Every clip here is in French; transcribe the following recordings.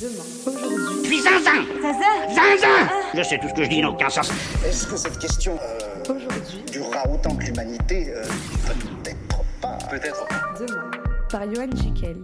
demain, aujourd'hui. Puis zinzin Zinzin Zinzin Je sais tout ce que je dis, n'a aucun sens. Est-ce que cette question euh, Aujourd'hui, durera autant que l'humanité euh, Peut-être pas. Peut-être pas. demain. Par Johan Jekyll.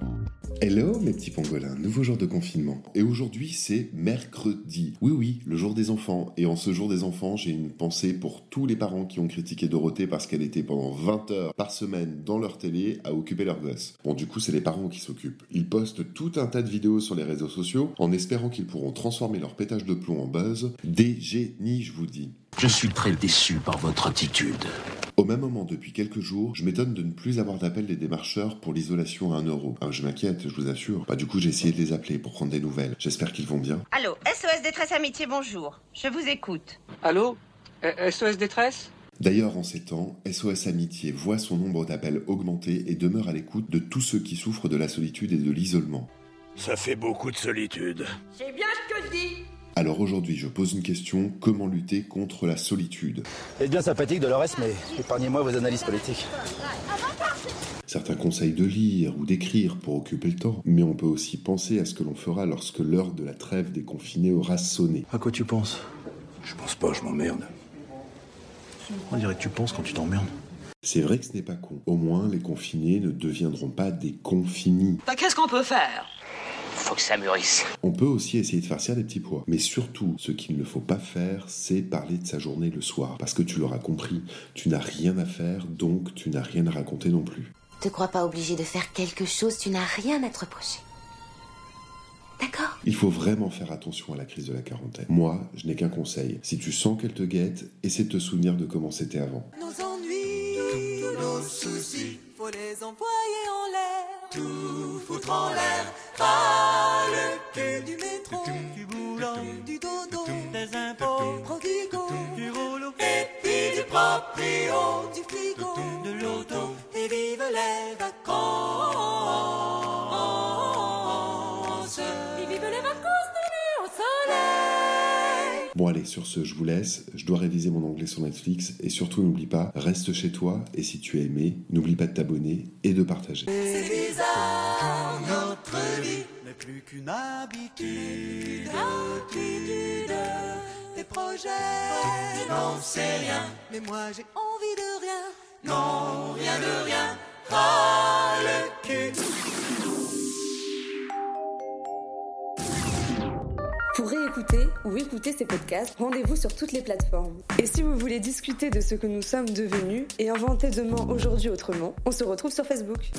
Hello mes petits pangolins, nouveau jour de confinement. Et aujourd'hui c'est mercredi. Oui oui, le jour des enfants. Et en ce jour des enfants, j'ai une pensée pour tous les parents qui ont critiqué Dorothée parce qu'elle était pendant 20 heures par semaine dans leur télé à occuper leur gosse. Bon du coup c'est les parents qui s'occupent. Ils postent tout un tas de vidéos sur les réseaux sociaux en espérant qu'ils pourront transformer leur pétage de plomb en buzz. Des génies je vous dis. Je suis très déçu par votre attitude. Au même moment, depuis quelques jours, je m'étonne de ne plus avoir d'appel des démarcheurs pour l'isolation à 1 euro. Ah, je m'inquiète, je vous assure. Bah, du coup, j'ai essayé de les appeler pour prendre des nouvelles. J'espère qu'ils vont bien. Allô, SOS Détresse Amitié, bonjour. Je vous écoute. Allô Eh, SOS Détresse D'ailleurs, en ces temps, SOS Amitié voit son nombre d'appels augmenter et demeure à l'écoute de tous ceux qui souffrent de la solitude et de l'isolement. Ça fait beaucoup de solitude. C'est bien ce que je dis. Alors aujourd'hui, je pose une question comment lutter contre la solitude C'est bien sympathique Dolores, mais épargnez-moi vos analyses politiques. Certains conseillent de lire ou d'écrire pour occuper le temps, mais on peut aussi penser à ce que l'on fera lorsque l'heure de la trêve des confinés aura sonné. À quoi tu penses Je pense pas, je m'emmerde. On dirait que tu penses quand tu t'emmerdes. C'est vrai que ce n'est pas con. Au moins, les confinés ne deviendront pas des confinis. Bah, qu'est-ce qu'on peut faire Faut que ça mûrisse. On peut aussi essayer de farcir des petits pois. Mais surtout, ce qu'il ne faut pas faire, c'est parler de sa journée le soir. Parce que tu l'auras compris, tu n'as rien à faire, donc tu n'as rien à raconter non plus. Te crois pas obligé de faire quelque chose, tu n'as rien à te reprocher. D'accord Il faut vraiment faire attention à la crise de la quarantaine. Moi, je n'ai qu'un conseil. Si tu sens qu'elle te guette, essaie de te souvenir de comment c'était avant. Nos ennuis, tous nos soucis, faut les envoyer en l'air, tout foutre en l'air, pas le cul du métro, du boulot, du dodo, des impôts, prodigaux, du rouleau, et puis du proprio, du frigo, de l'auto, et vive les vacances, et vive les vacances de au soleil. Bon allez, sur ce, je vous laisse. Je dois réviser mon anglais sur Netflix. Et surtout, n'oublie pas, reste chez toi. Et si tu as aimé, n'oublie pas de t'abonner et de partager. C'est bizarre, notre vie n'est plus qu'une habitude, habitude, des projets, n'en sais rien, mais moi j'ai envie de rien, non, rien de rien, ras le cul. Pour réécouter ou écouter ces podcasts, rendez-vous sur toutes les plateformes. Et si vous voulez discuter de ce que nous sommes devenus et inventer demain, aujourd'hui, autrement, on se retrouve sur Facebook.